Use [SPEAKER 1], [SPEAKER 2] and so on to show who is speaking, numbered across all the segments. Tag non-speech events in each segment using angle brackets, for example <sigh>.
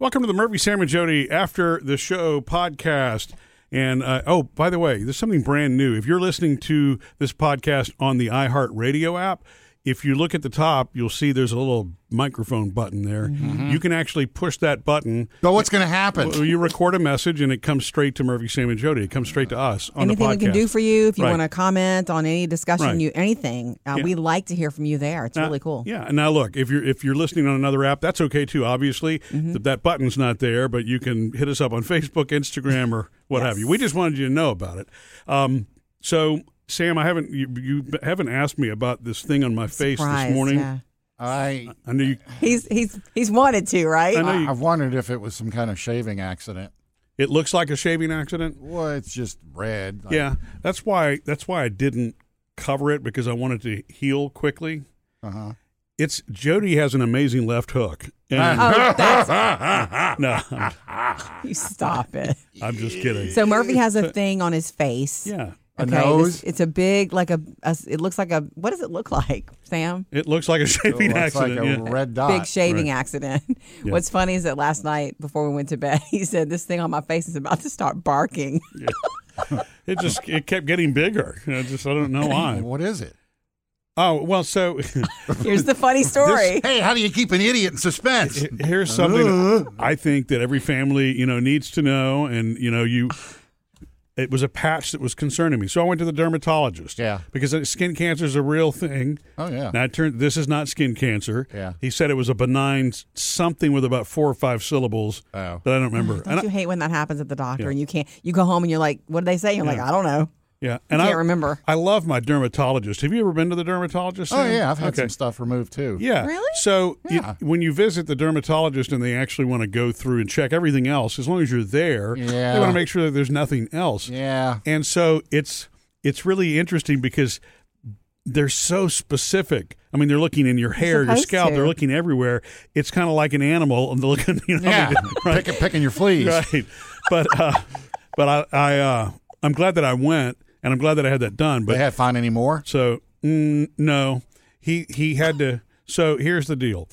[SPEAKER 1] Welcome to the Murphy, Sam, and Jody After the Show podcast. And uh, oh, by the way, there's something brand new. If you're listening to this podcast on the iHeartRadio app, if you look at the top, you'll see there's a little microphone button there.
[SPEAKER 2] Mm-hmm.
[SPEAKER 1] Mm-hmm. You can actually push that button.
[SPEAKER 3] But what's going to happen?
[SPEAKER 1] Well, You record a message, and it comes straight to Murphy, Sam, and Jody. It comes straight to us on
[SPEAKER 2] anything
[SPEAKER 1] the
[SPEAKER 2] we
[SPEAKER 1] podcast.
[SPEAKER 2] can do for you if you
[SPEAKER 1] Right.
[SPEAKER 2] want to comment on any discussion
[SPEAKER 1] Right.
[SPEAKER 2] you anything uh, we like to hear from you there it's really cool
[SPEAKER 1] Yeah, and now look, if you're if you're listening on another app, that's okay too. Obviously,
[SPEAKER 2] Mm-hmm.
[SPEAKER 1] Th- that button's not there, but you can hit us up on Facebook, Instagram,
[SPEAKER 2] <laughs>
[SPEAKER 1] or what have you. We just wanted you to know about it. Um, so, Sam, I haven't you, you haven't asked me about this thing on my face
[SPEAKER 2] Surprise,
[SPEAKER 1] this morning.
[SPEAKER 2] yeah.
[SPEAKER 3] I
[SPEAKER 1] I know you.
[SPEAKER 2] he's he's he's wanted to right
[SPEAKER 1] I know you,
[SPEAKER 3] I've wondered if it was some kind of shaving accident.
[SPEAKER 1] it looks like a shaving accident.
[SPEAKER 3] Well, it's just red. Like,
[SPEAKER 1] Yeah, that's why that's why I didn't cover it because I wanted to heal quickly.
[SPEAKER 3] Uh-huh.
[SPEAKER 1] It's Jody has an amazing left hook. And, <laughs>
[SPEAKER 2] <laughs> <laughs> oh that's
[SPEAKER 1] no, I'm,
[SPEAKER 2] you stop it
[SPEAKER 1] I'm just kidding.
[SPEAKER 2] so murphy
[SPEAKER 1] <laughs>
[SPEAKER 2] has a thing on his face
[SPEAKER 1] Yeah.
[SPEAKER 3] A
[SPEAKER 2] this-
[SPEAKER 3] nose?
[SPEAKER 2] it's a big like a, a it looks like a what does it look like sam
[SPEAKER 1] It looks like a <laughs>
[SPEAKER 3] It
[SPEAKER 1] shaving
[SPEAKER 3] looks like
[SPEAKER 1] accident.
[SPEAKER 3] a
[SPEAKER 1] yeah.
[SPEAKER 3] red dot.
[SPEAKER 2] Big shaving accident. <laughs>
[SPEAKER 1] Yeah.
[SPEAKER 2] What's funny is that last night before we went to bed, <laughs> he said, This thing on my face is about to start barking. <laughs>
[SPEAKER 1] It just it kept getting bigger. I just I don't know why.
[SPEAKER 3] <laughs> What is it?
[SPEAKER 1] Oh well, so <laughs>
[SPEAKER 2] Here's the funny story.
[SPEAKER 3] Hey, how do you keep an idiot in suspense?
[SPEAKER 1] here's something
[SPEAKER 3] <laughs>
[SPEAKER 1] that I think that every family you know needs to know, and you know you. It was a patch that was concerning me, so I went to the dermatologist.
[SPEAKER 3] Yeah.
[SPEAKER 1] because skin cancer is a real thing.
[SPEAKER 3] oh yeah.
[SPEAKER 1] Now it turned this is not skin cancer.
[SPEAKER 3] Yeah.
[SPEAKER 1] he said it was a benign s- something with about four or five syllables
[SPEAKER 3] Oh.
[SPEAKER 1] that I don't remember.
[SPEAKER 2] Don't
[SPEAKER 1] And I-
[SPEAKER 2] you hate when that happens at the doctor
[SPEAKER 1] Yeah.
[SPEAKER 2] and you can't you go home and you're like, What did they say? You're like, I don't know.
[SPEAKER 1] yeah, and
[SPEAKER 2] can't
[SPEAKER 1] I
[SPEAKER 2] remember.
[SPEAKER 1] I love my dermatologist. Have you ever been to the dermatologist?
[SPEAKER 3] Oh
[SPEAKER 1] Sam?
[SPEAKER 3] yeah, I've had
[SPEAKER 1] Okay.
[SPEAKER 3] some stuff removed too.
[SPEAKER 1] Yeah.
[SPEAKER 2] Really?
[SPEAKER 1] So you-
[SPEAKER 3] Yeah.
[SPEAKER 1] when you visit the dermatologist and they actually want to go through and check everything else, as long as you're there,
[SPEAKER 3] Yeah.
[SPEAKER 1] they want to make sure that there's nothing else.
[SPEAKER 3] Yeah.
[SPEAKER 1] And so it's it's really interesting because they're so specific. I mean, they're looking in your hair, your
[SPEAKER 2] supposed
[SPEAKER 1] scalp.
[SPEAKER 2] to.
[SPEAKER 1] They're looking everywhere. It's kind of like an animal, and they're looking, <laughs> you know,
[SPEAKER 3] Yeah.
[SPEAKER 1] right?
[SPEAKER 3] Pick, picking your fleas.
[SPEAKER 1] right. But uh, but I I uh, I'm glad that I went, and I'm glad that I had that done. But
[SPEAKER 3] They had fine anymore.
[SPEAKER 1] so mm, no, he he had to. So here's the deal.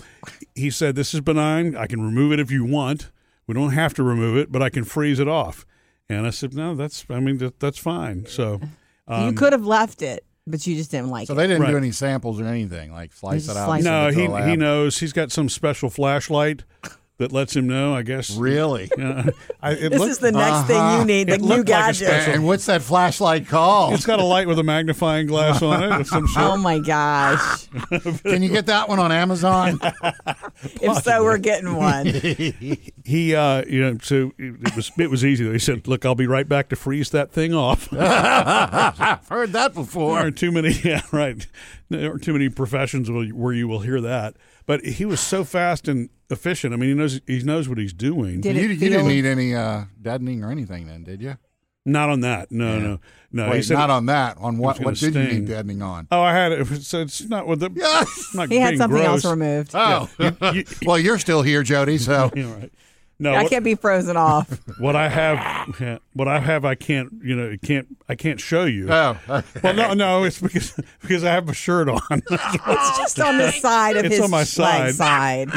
[SPEAKER 1] He said this is benign. I can remove it if you want. We don't have to remove it, but I can freeze it off. And I said, no, that's I mean that, that's fine. So
[SPEAKER 2] you
[SPEAKER 1] um,
[SPEAKER 2] could have left it, but you just didn't like
[SPEAKER 3] So
[SPEAKER 2] it.
[SPEAKER 3] they didn't
[SPEAKER 1] Right.
[SPEAKER 3] do any samples or anything like slice
[SPEAKER 2] They
[SPEAKER 3] it
[SPEAKER 2] just
[SPEAKER 3] out. and
[SPEAKER 2] slice
[SPEAKER 1] no,
[SPEAKER 3] send it
[SPEAKER 1] he
[SPEAKER 3] to the
[SPEAKER 1] he
[SPEAKER 3] lab?
[SPEAKER 1] knows he's got some special flashlight that lets him know. I guess.
[SPEAKER 3] Really.
[SPEAKER 1] <laughs> Yeah. I, it
[SPEAKER 2] This
[SPEAKER 1] looked- Uh-huh.
[SPEAKER 2] is the next thing you need, the
[SPEAKER 1] It
[SPEAKER 2] new
[SPEAKER 1] looked like a
[SPEAKER 2] gadget.
[SPEAKER 1] special-
[SPEAKER 3] And what's that
[SPEAKER 1] <laughs>
[SPEAKER 3] flashlight called?
[SPEAKER 1] It's got a light with a magnifying glass on it of
[SPEAKER 3] <laughs>
[SPEAKER 1] some sort.
[SPEAKER 2] oh
[SPEAKER 1] <laughs>
[SPEAKER 2] my gosh.
[SPEAKER 3] Can you get that one on Amazon? <laughs>
[SPEAKER 2] if so, we're getting one.
[SPEAKER 1] He, uh, you know, so it, it was it was easy. though. He said, "Look, I'll be right back to freeze that thing off."
[SPEAKER 3] I've heard that before.
[SPEAKER 1] There are too many, <laughs> yeah, right. There are too many professions will- where you will hear that. But he was so fast and efficient. I mean, he knows he knows what he's doing.
[SPEAKER 2] Did
[SPEAKER 3] you,
[SPEAKER 2] it
[SPEAKER 3] you
[SPEAKER 2] feel-
[SPEAKER 3] didn't need any uh, deadening or anything then, did you?
[SPEAKER 1] not on that. No, no, no. he
[SPEAKER 3] Wait,
[SPEAKER 1] said,
[SPEAKER 3] not on that. On what?
[SPEAKER 1] gonna
[SPEAKER 3] What did you
[SPEAKER 1] sting.
[SPEAKER 3] need deadening <laughs> on?
[SPEAKER 1] "Oh, I had it." So it's not
[SPEAKER 3] <laughs>
[SPEAKER 1] with the.
[SPEAKER 3] Yes.
[SPEAKER 1] Not
[SPEAKER 2] He had
[SPEAKER 1] being
[SPEAKER 2] something
[SPEAKER 1] gross.
[SPEAKER 2] else removed.
[SPEAKER 3] Oh, <laughs>
[SPEAKER 1] <laughs>
[SPEAKER 3] well, you're still here, Jody. <laughs> So
[SPEAKER 1] You know, right. No,
[SPEAKER 2] I
[SPEAKER 1] what,
[SPEAKER 2] can't be
[SPEAKER 1] <laughs>
[SPEAKER 2] frozen off.
[SPEAKER 1] what I have, yeah, what I have, I can't. You know, it can't. I can't show you.
[SPEAKER 3] oh, okay.
[SPEAKER 1] well, no, no. It's because <laughs> because I have a shirt on. <laughs>
[SPEAKER 2] it's just on the side of
[SPEAKER 1] It's
[SPEAKER 2] his
[SPEAKER 1] on my
[SPEAKER 2] leg
[SPEAKER 1] side. <laughs>
[SPEAKER 2] side.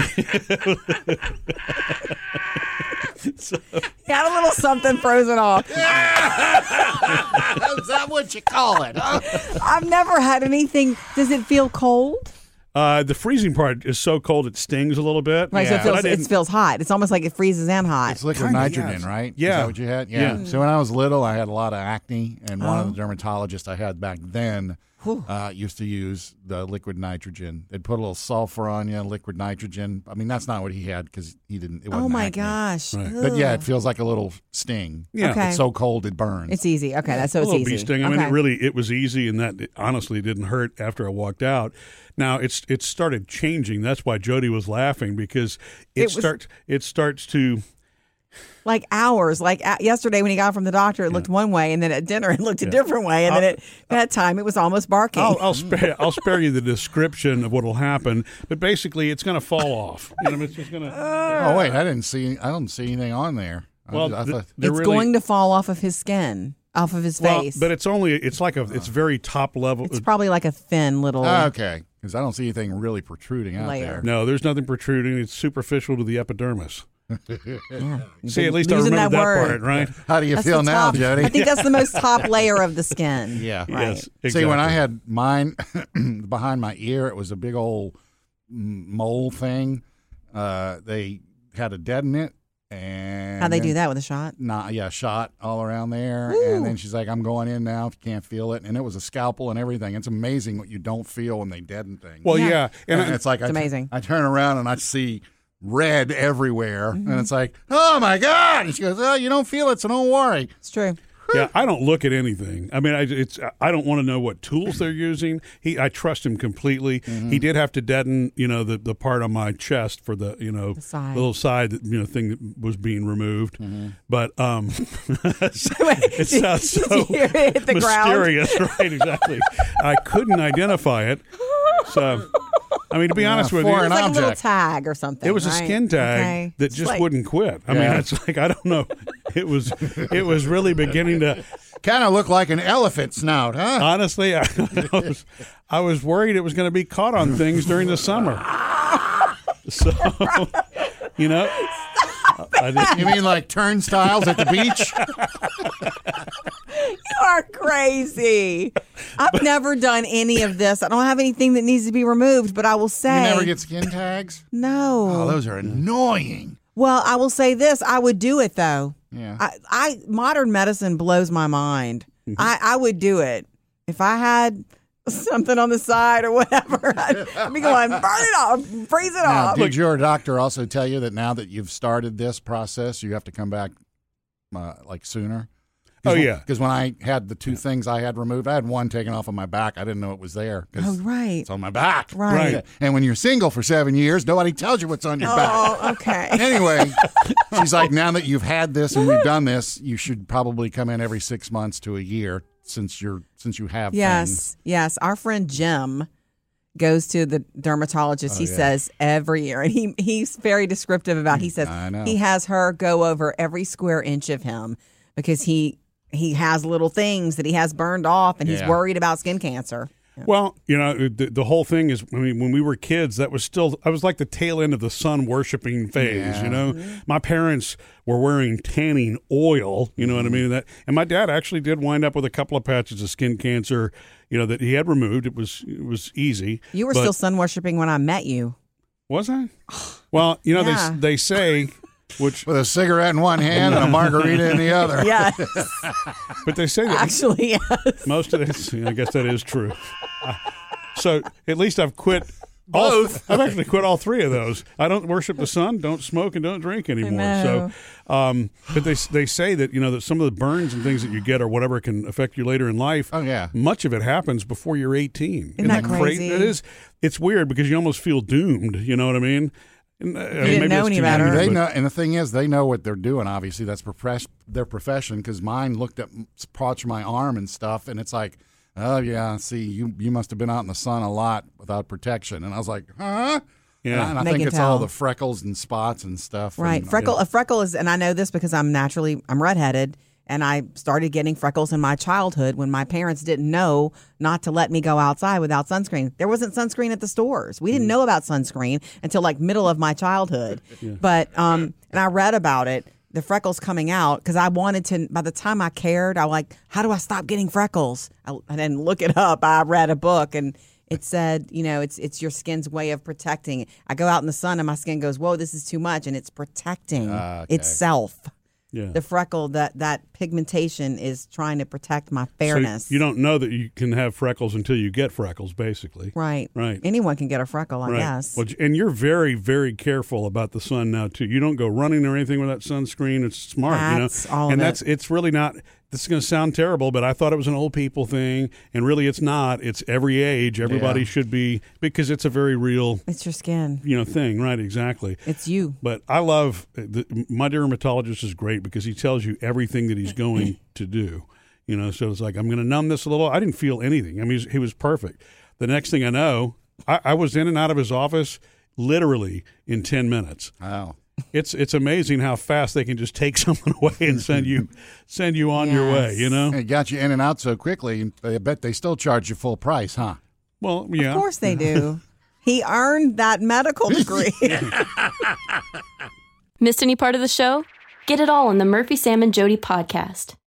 [SPEAKER 2] Got a little something frozen
[SPEAKER 1] <laughs>
[SPEAKER 2] off.
[SPEAKER 3] <laughs> is that what you call it? huh?
[SPEAKER 2] I've never had anything. Does it feel cold?
[SPEAKER 1] uh, the freezing part is so cold it stings a little bit.
[SPEAKER 2] Right,
[SPEAKER 3] Yeah.
[SPEAKER 2] so
[SPEAKER 1] But I
[SPEAKER 2] it feels,
[SPEAKER 1] didn't-
[SPEAKER 2] it feels hot. It's almost like it freezes and hot.
[SPEAKER 3] It's liquid
[SPEAKER 1] Kinda,
[SPEAKER 3] nitrogen,
[SPEAKER 1] yes.
[SPEAKER 3] right?
[SPEAKER 1] Yeah.
[SPEAKER 3] Is that what you had? Yeah. Oh.
[SPEAKER 1] Yeah.
[SPEAKER 3] So when I was little, I had a lot of acne, and one of the dermatologists I had back then uh, used to use the liquid nitrogen. They'd put a little sulfur on you, liquid nitrogen. I mean, that's not what he had because he didn't. It wasn't
[SPEAKER 2] oh my
[SPEAKER 3] acne.
[SPEAKER 2] gosh.
[SPEAKER 3] But yeah, it
[SPEAKER 2] Ugh.
[SPEAKER 3] feels like a little sting.
[SPEAKER 1] Yeah.
[SPEAKER 2] Okay.
[SPEAKER 3] It's so cold it burns.
[SPEAKER 2] It's easy. Okay, that's so
[SPEAKER 1] a
[SPEAKER 2] it's
[SPEAKER 1] little
[SPEAKER 2] easy.
[SPEAKER 1] bee sting. I mean,
[SPEAKER 2] Okay.
[SPEAKER 1] it really it was easy, and that it honestly didn't hurt after I walked out. Now it's it started changing. That's why Jody was laughing because it,
[SPEAKER 2] It was-
[SPEAKER 1] starts it starts to
[SPEAKER 2] like hours. Like a yesterday when he got from the doctor, it looked one way, and then at dinner it looked a different way,
[SPEAKER 1] Uh,
[SPEAKER 2] and then at that time it was almost barking.
[SPEAKER 1] I'll, I'll spare I'll spare you the description of what will happen, but basically it's going to fall off. You know, it's just going to.
[SPEAKER 2] Uh,
[SPEAKER 3] oh wait, I didn't see. I don't see anything on there. I
[SPEAKER 1] Well,
[SPEAKER 3] ju- I,
[SPEAKER 1] th-
[SPEAKER 3] thought-
[SPEAKER 1] they're
[SPEAKER 2] it's
[SPEAKER 1] really-
[SPEAKER 2] going to fall off of his skin, off of his
[SPEAKER 1] Well,
[SPEAKER 2] face.
[SPEAKER 1] but it's only it's like a it's very top level.
[SPEAKER 2] it's probably like a thin little.
[SPEAKER 3] Oh,
[SPEAKER 1] Ah,
[SPEAKER 3] okay, because I don't see anything really protruding out
[SPEAKER 2] Layer.
[SPEAKER 3] there.
[SPEAKER 1] no, there's nothing protruding. It's superficial to the epidermis. See, at least I remember
[SPEAKER 2] Using
[SPEAKER 1] that,
[SPEAKER 2] that
[SPEAKER 1] part,
[SPEAKER 2] word.
[SPEAKER 1] right?
[SPEAKER 3] How do you
[SPEAKER 2] That's
[SPEAKER 3] feel
[SPEAKER 2] the
[SPEAKER 3] now,
[SPEAKER 2] top-
[SPEAKER 3] Jody?
[SPEAKER 2] <laughs> I think
[SPEAKER 1] <laughs>
[SPEAKER 2] that's the most top layer of the skin.
[SPEAKER 3] Yeah.
[SPEAKER 2] Right.
[SPEAKER 1] Yes.
[SPEAKER 3] See, when I
[SPEAKER 1] exactly.
[SPEAKER 3] had mine <clears throat> behind my ear, it was a big old m- mole thing. Uh, they had a dead in it, and
[SPEAKER 2] How they do
[SPEAKER 3] then-
[SPEAKER 2] that with a shot?
[SPEAKER 3] Nah, yeah, shot all around there, and then she's like, "I'm going in now. If you can't feel it," and it was a scalpel and everything. It's amazing what you don't feel when they deaden things.
[SPEAKER 1] Well, yeah,
[SPEAKER 2] Yeah.
[SPEAKER 1] and,
[SPEAKER 3] and,
[SPEAKER 1] I-
[SPEAKER 3] it's like I,
[SPEAKER 2] amazing.
[SPEAKER 3] I turn around and I see red everywhere,
[SPEAKER 2] Mm-hmm.
[SPEAKER 3] and it's like, "Oh my god!" And she goes, "Oh, you don't feel it, so don't worry."
[SPEAKER 2] It's true.
[SPEAKER 1] yeah, I don't look at anything. I mean, I it's I don't want to know what tools they're using. He, I trust him completely.
[SPEAKER 2] Mm-hmm.
[SPEAKER 1] He did have to deaden, you know, the, the part on my chest for the you know
[SPEAKER 2] side. Mm-hmm.
[SPEAKER 1] little side that, you know thing that was being removed. But
[SPEAKER 2] <laughs>
[SPEAKER 1] um, <laughs> it sounds
[SPEAKER 2] Did
[SPEAKER 1] so
[SPEAKER 2] you hear it hit the ground?
[SPEAKER 1] mysterious, <laughs> right? Exactly. I couldn't identify it. So, I mean, to be
[SPEAKER 3] Yeah,
[SPEAKER 1] honest with
[SPEAKER 3] foreign
[SPEAKER 1] you,
[SPEAKER 2] It's like a little
[SPEAKER 3] object.
[SPEAKER 2] tag or something.
[SPEAKER 1] it was
[SPEAKER 2] right?
[SPEAKER 1] a skin tag
[SPEAKER 2] Okay.
[SPEAKER 1] that
[SPEAKER 2] It's
[SPEAKER 1] just
[SPEAKER 2] like-
[SPEAKER 1] wouldn't quit. I mean,
[SPEAKER 3] Yeah.
[SPEAKER 1] it's like I don't know. It was it was really beginning to
[SPEAKER 3] Kind of look like an elephant snout, huh?
[SPEAKER 1] honestly. I, <laughs> I was I was worried it was going to be caught on things during the summer. <laughs> So, you know, I just,
[SPEAKER 3] You mean like turnstiles at the
[SPEAKER 2] <laughs>
[SPEAKER 3] beach?
[SPEAKER 2] <laughs> You are
[SPEAKER 3] <laughs>
[SPEAKER 2] crazy. I've never done any of this. I don't have anything that needs to be removed, but I will
[SPEAKER 3] You
[SPEAKER 2] say
[SPEAKER 3] never get skin tags?
[SPEAKER 2] no.
[SPEAKER 3] Oh, those are annoying.
[SPEAKER 2] well, I will say this. I would do it though.
[SPEAKER 3] Yeah.
[SPEAKER 2] I, I modern medicine blows my mind.
[SPEAKER 3] Mm-hmm.
[SPEAKER 2] I, I would do it if I had something on the side or whatever. <laughs> I'd, I'd be going burn it off, freeze it
[SPEAKER 3] Now,
[SPEAKER 2] off.
[SPEAKER 3] did your doctor also tell you that now that you've started this process, you have to come back uh, like sooner?
[SPEAKER 1] oh yeah,
[SPEAKER 3] Because when I had the two things I had removed, I had one taken off of my back. I didn't know it was there
[SPEAKER 2] Oh
[SPEAKER 3] because
[SPEAKER 2] right,
[SPEAKER 3] it's on my back.
[SPEAKER 2] Right.
[SPEAKER 1] Right.
[SPEAKER 3] And when you're single for seven years, nobody tells you what's on your back.
[SPEAKER 2] Oh okay. <laughs>
[SPEAKER 3] Anyway, she's like, now that you've had this and we've done this, you should probably come in every six months to a year since you're since you have things.
[SPEAKER 2] Yes, yes. Our friend Jim goes to the dermatologist.
[SPEAKER 3] Oh,
[SPEAKER 2] he says every year, and he he's very descriptive about. He says
[SPEAKER 3] Hmm, I know.
[SPEAKER 2] he has her go over every square inch of him because he he has little things that he has burned off, and
[SPEAKER 3] Yeah.
[SPEAKER 2] he's worried about skin cancer.
[SPEAKER 1] Well, you know, the, the whole thing is, I mean, when we were kids, that was still, I was like the tail end of the sun worshiping phase, you know? My parents were wearing tanning oil, you know what I mean? That, and my dad actually did wind up with a couple of patches of skin cancer, you know, that he had removed. It was, it was easy.
[SPEAKER 2] You were
[SPEAKER 1] But-
[SPEAKER 2] still sun worshiping when I
[SPEAKER 3] <laughs>
[SPEAKER 2] met you.
[SPEAKER 1] Was I? Well, you know,
[SPEAKER 2] Yeah.
[SPEAKER 1] they, they say, which,
[SPEAKER 3] with a cigarette in one hand and a margarita in the other.
[SPEAKER 2] Yeah, <laughs>
[SPEAKER 1] but they say that
[SPEAKER 2] actually, yes.
[SPEAKER 1] most of this, I guess that is true. So at least I've quit all-
[SPEAKER 3] Both.
[SPEAKER 1] I've actually quit all three of those. I don't worship the sun, don't smoke, and don't drink anymore.
[SPEAKER 2] know.
[SPEAKER 1] So, um, but they they say that you know that some of the burns and things that you get or whatever can affect you later in life.
[SPEAKER 3] Oh, yeah.
[SPEAKER 1] much of it happens before you're 18. Isn't,
[SPEAKER 2] that
[SPEAKER 1] cra-
[SPEAKER 2] crazy?
[SPEAKER 1] It is. It's weird because you almost feel doomed. You know what I mean? uh, You
[SPEAKER 2] didn't know any better.
[SPEAKER 3] And they
[SPEAKER 1] but,
[SPEAKER 3] know, and the thing is, they know what they're doing. Obviously, that's profes- their profession. Because mine looked at mm, parts of my arm and stuff, and it's like, oh yeah, see, you you must have been out in the sun a lot without protection. And I was like, huh? And I,
[SPEAKER 1] Yeah.
[SPEAKER 3] and I
[SPEAKER 2] They
[SPEAKER 3] think
[SPEAKER 2] can
[SPEAKER 3] it's all
[SPEAKER 2] tell.
[SPEAKER 3] the freckles and spots and stuff.
[SPEAKER 2] Right.
[SPEAKER 3] And,
[SPEAKER 2] Freckle a freckle is and I know this because I'm naturally I'm redheaded and I started getting freckles in my childhood when my parents didn't know not to let me go outside without sunscreen. There wasn't sunscreen at the stores. We didn't know about sunscreen until like middle of my childhood. But um and I read about it the freckles coming out because I wanted to. By the time I cared, I like, how do I stop getting freckles? I, I didn't look it up. I read a book and it said, you know, it's it's your skin's way of protecting. I go out in the sun and my skin goes, whoa, this is too much, and it's protecting
[SPEAKER 1] Ah,
[SPEAKER 2] itself.
[SPEAKER 1] yeah.
[SPEAKER 2] The freckle that that pigmentation is trying to protect my
[SPEAKER 1] So
[SPEAKER 2] fairness.
[SPEAKER 1] you don't know that you can have freckles until you get freckles, basically.
[SPEAKER 2] right,
[SPEAKER 1] Right.
[SPEAKER 2] Anyone can get a freckle, I guess.
[SPEAKER 1] Well, and you're very, very careful about the sun now too. You don't go running or anything without sunscreen. It's smart,
[SPEAKER 2] That's
[SPEAKER 1] you know.
[SPEAKER 2] all of
[SPEAKER 1] and
[SPEAKER 2] it.
[SPEAKER 1] that's it's really not. This is going to sound terrible, but I thought it was an old people thing, and really, it's not. It's every age. Everybody
[SPEAKER 3] Yeah.
[SPEAKER 1] should be because it's a very real,
[SPEAKER 2] it's your skin.
[SPEAKER 1] you know, thing. Right? Exactly.
[SPEAKER 2] It's you.
[SPEAKER 1] But I love the, my dermatologist is great because he tells you everything
[SPEAKER 2] <laughs>
[SPEAKER 1] that he's going to do. You know, so it's like I'm going to numb this a little. I didn't feel anything. I mean, he's- he was perfect. The next thing I know, I, I was in and out of his office literally in ten minutes.
[SPEAKER 3] Wow.
[SPEAKER 1] It's it's amazing how fast they can just take <laughs> someone away and send you send you on your way.
[SPEAKER 2] Yes.
[SPEAKER 1] You know,
[SPEAKER 3] And Oh. it got you in and out so quickly. I bet they still charge you full price, huh?
[SPEAKER 1] well, yeah,
[SPEAKER 2] Of course
[SPEAKER 1] <laughs>
[SPEAKER 2] they do. he earned that medical degree.
[SPEAKER 4] Missed any part of the show? Get it all on the Murphy, Sam, and Jody podcast.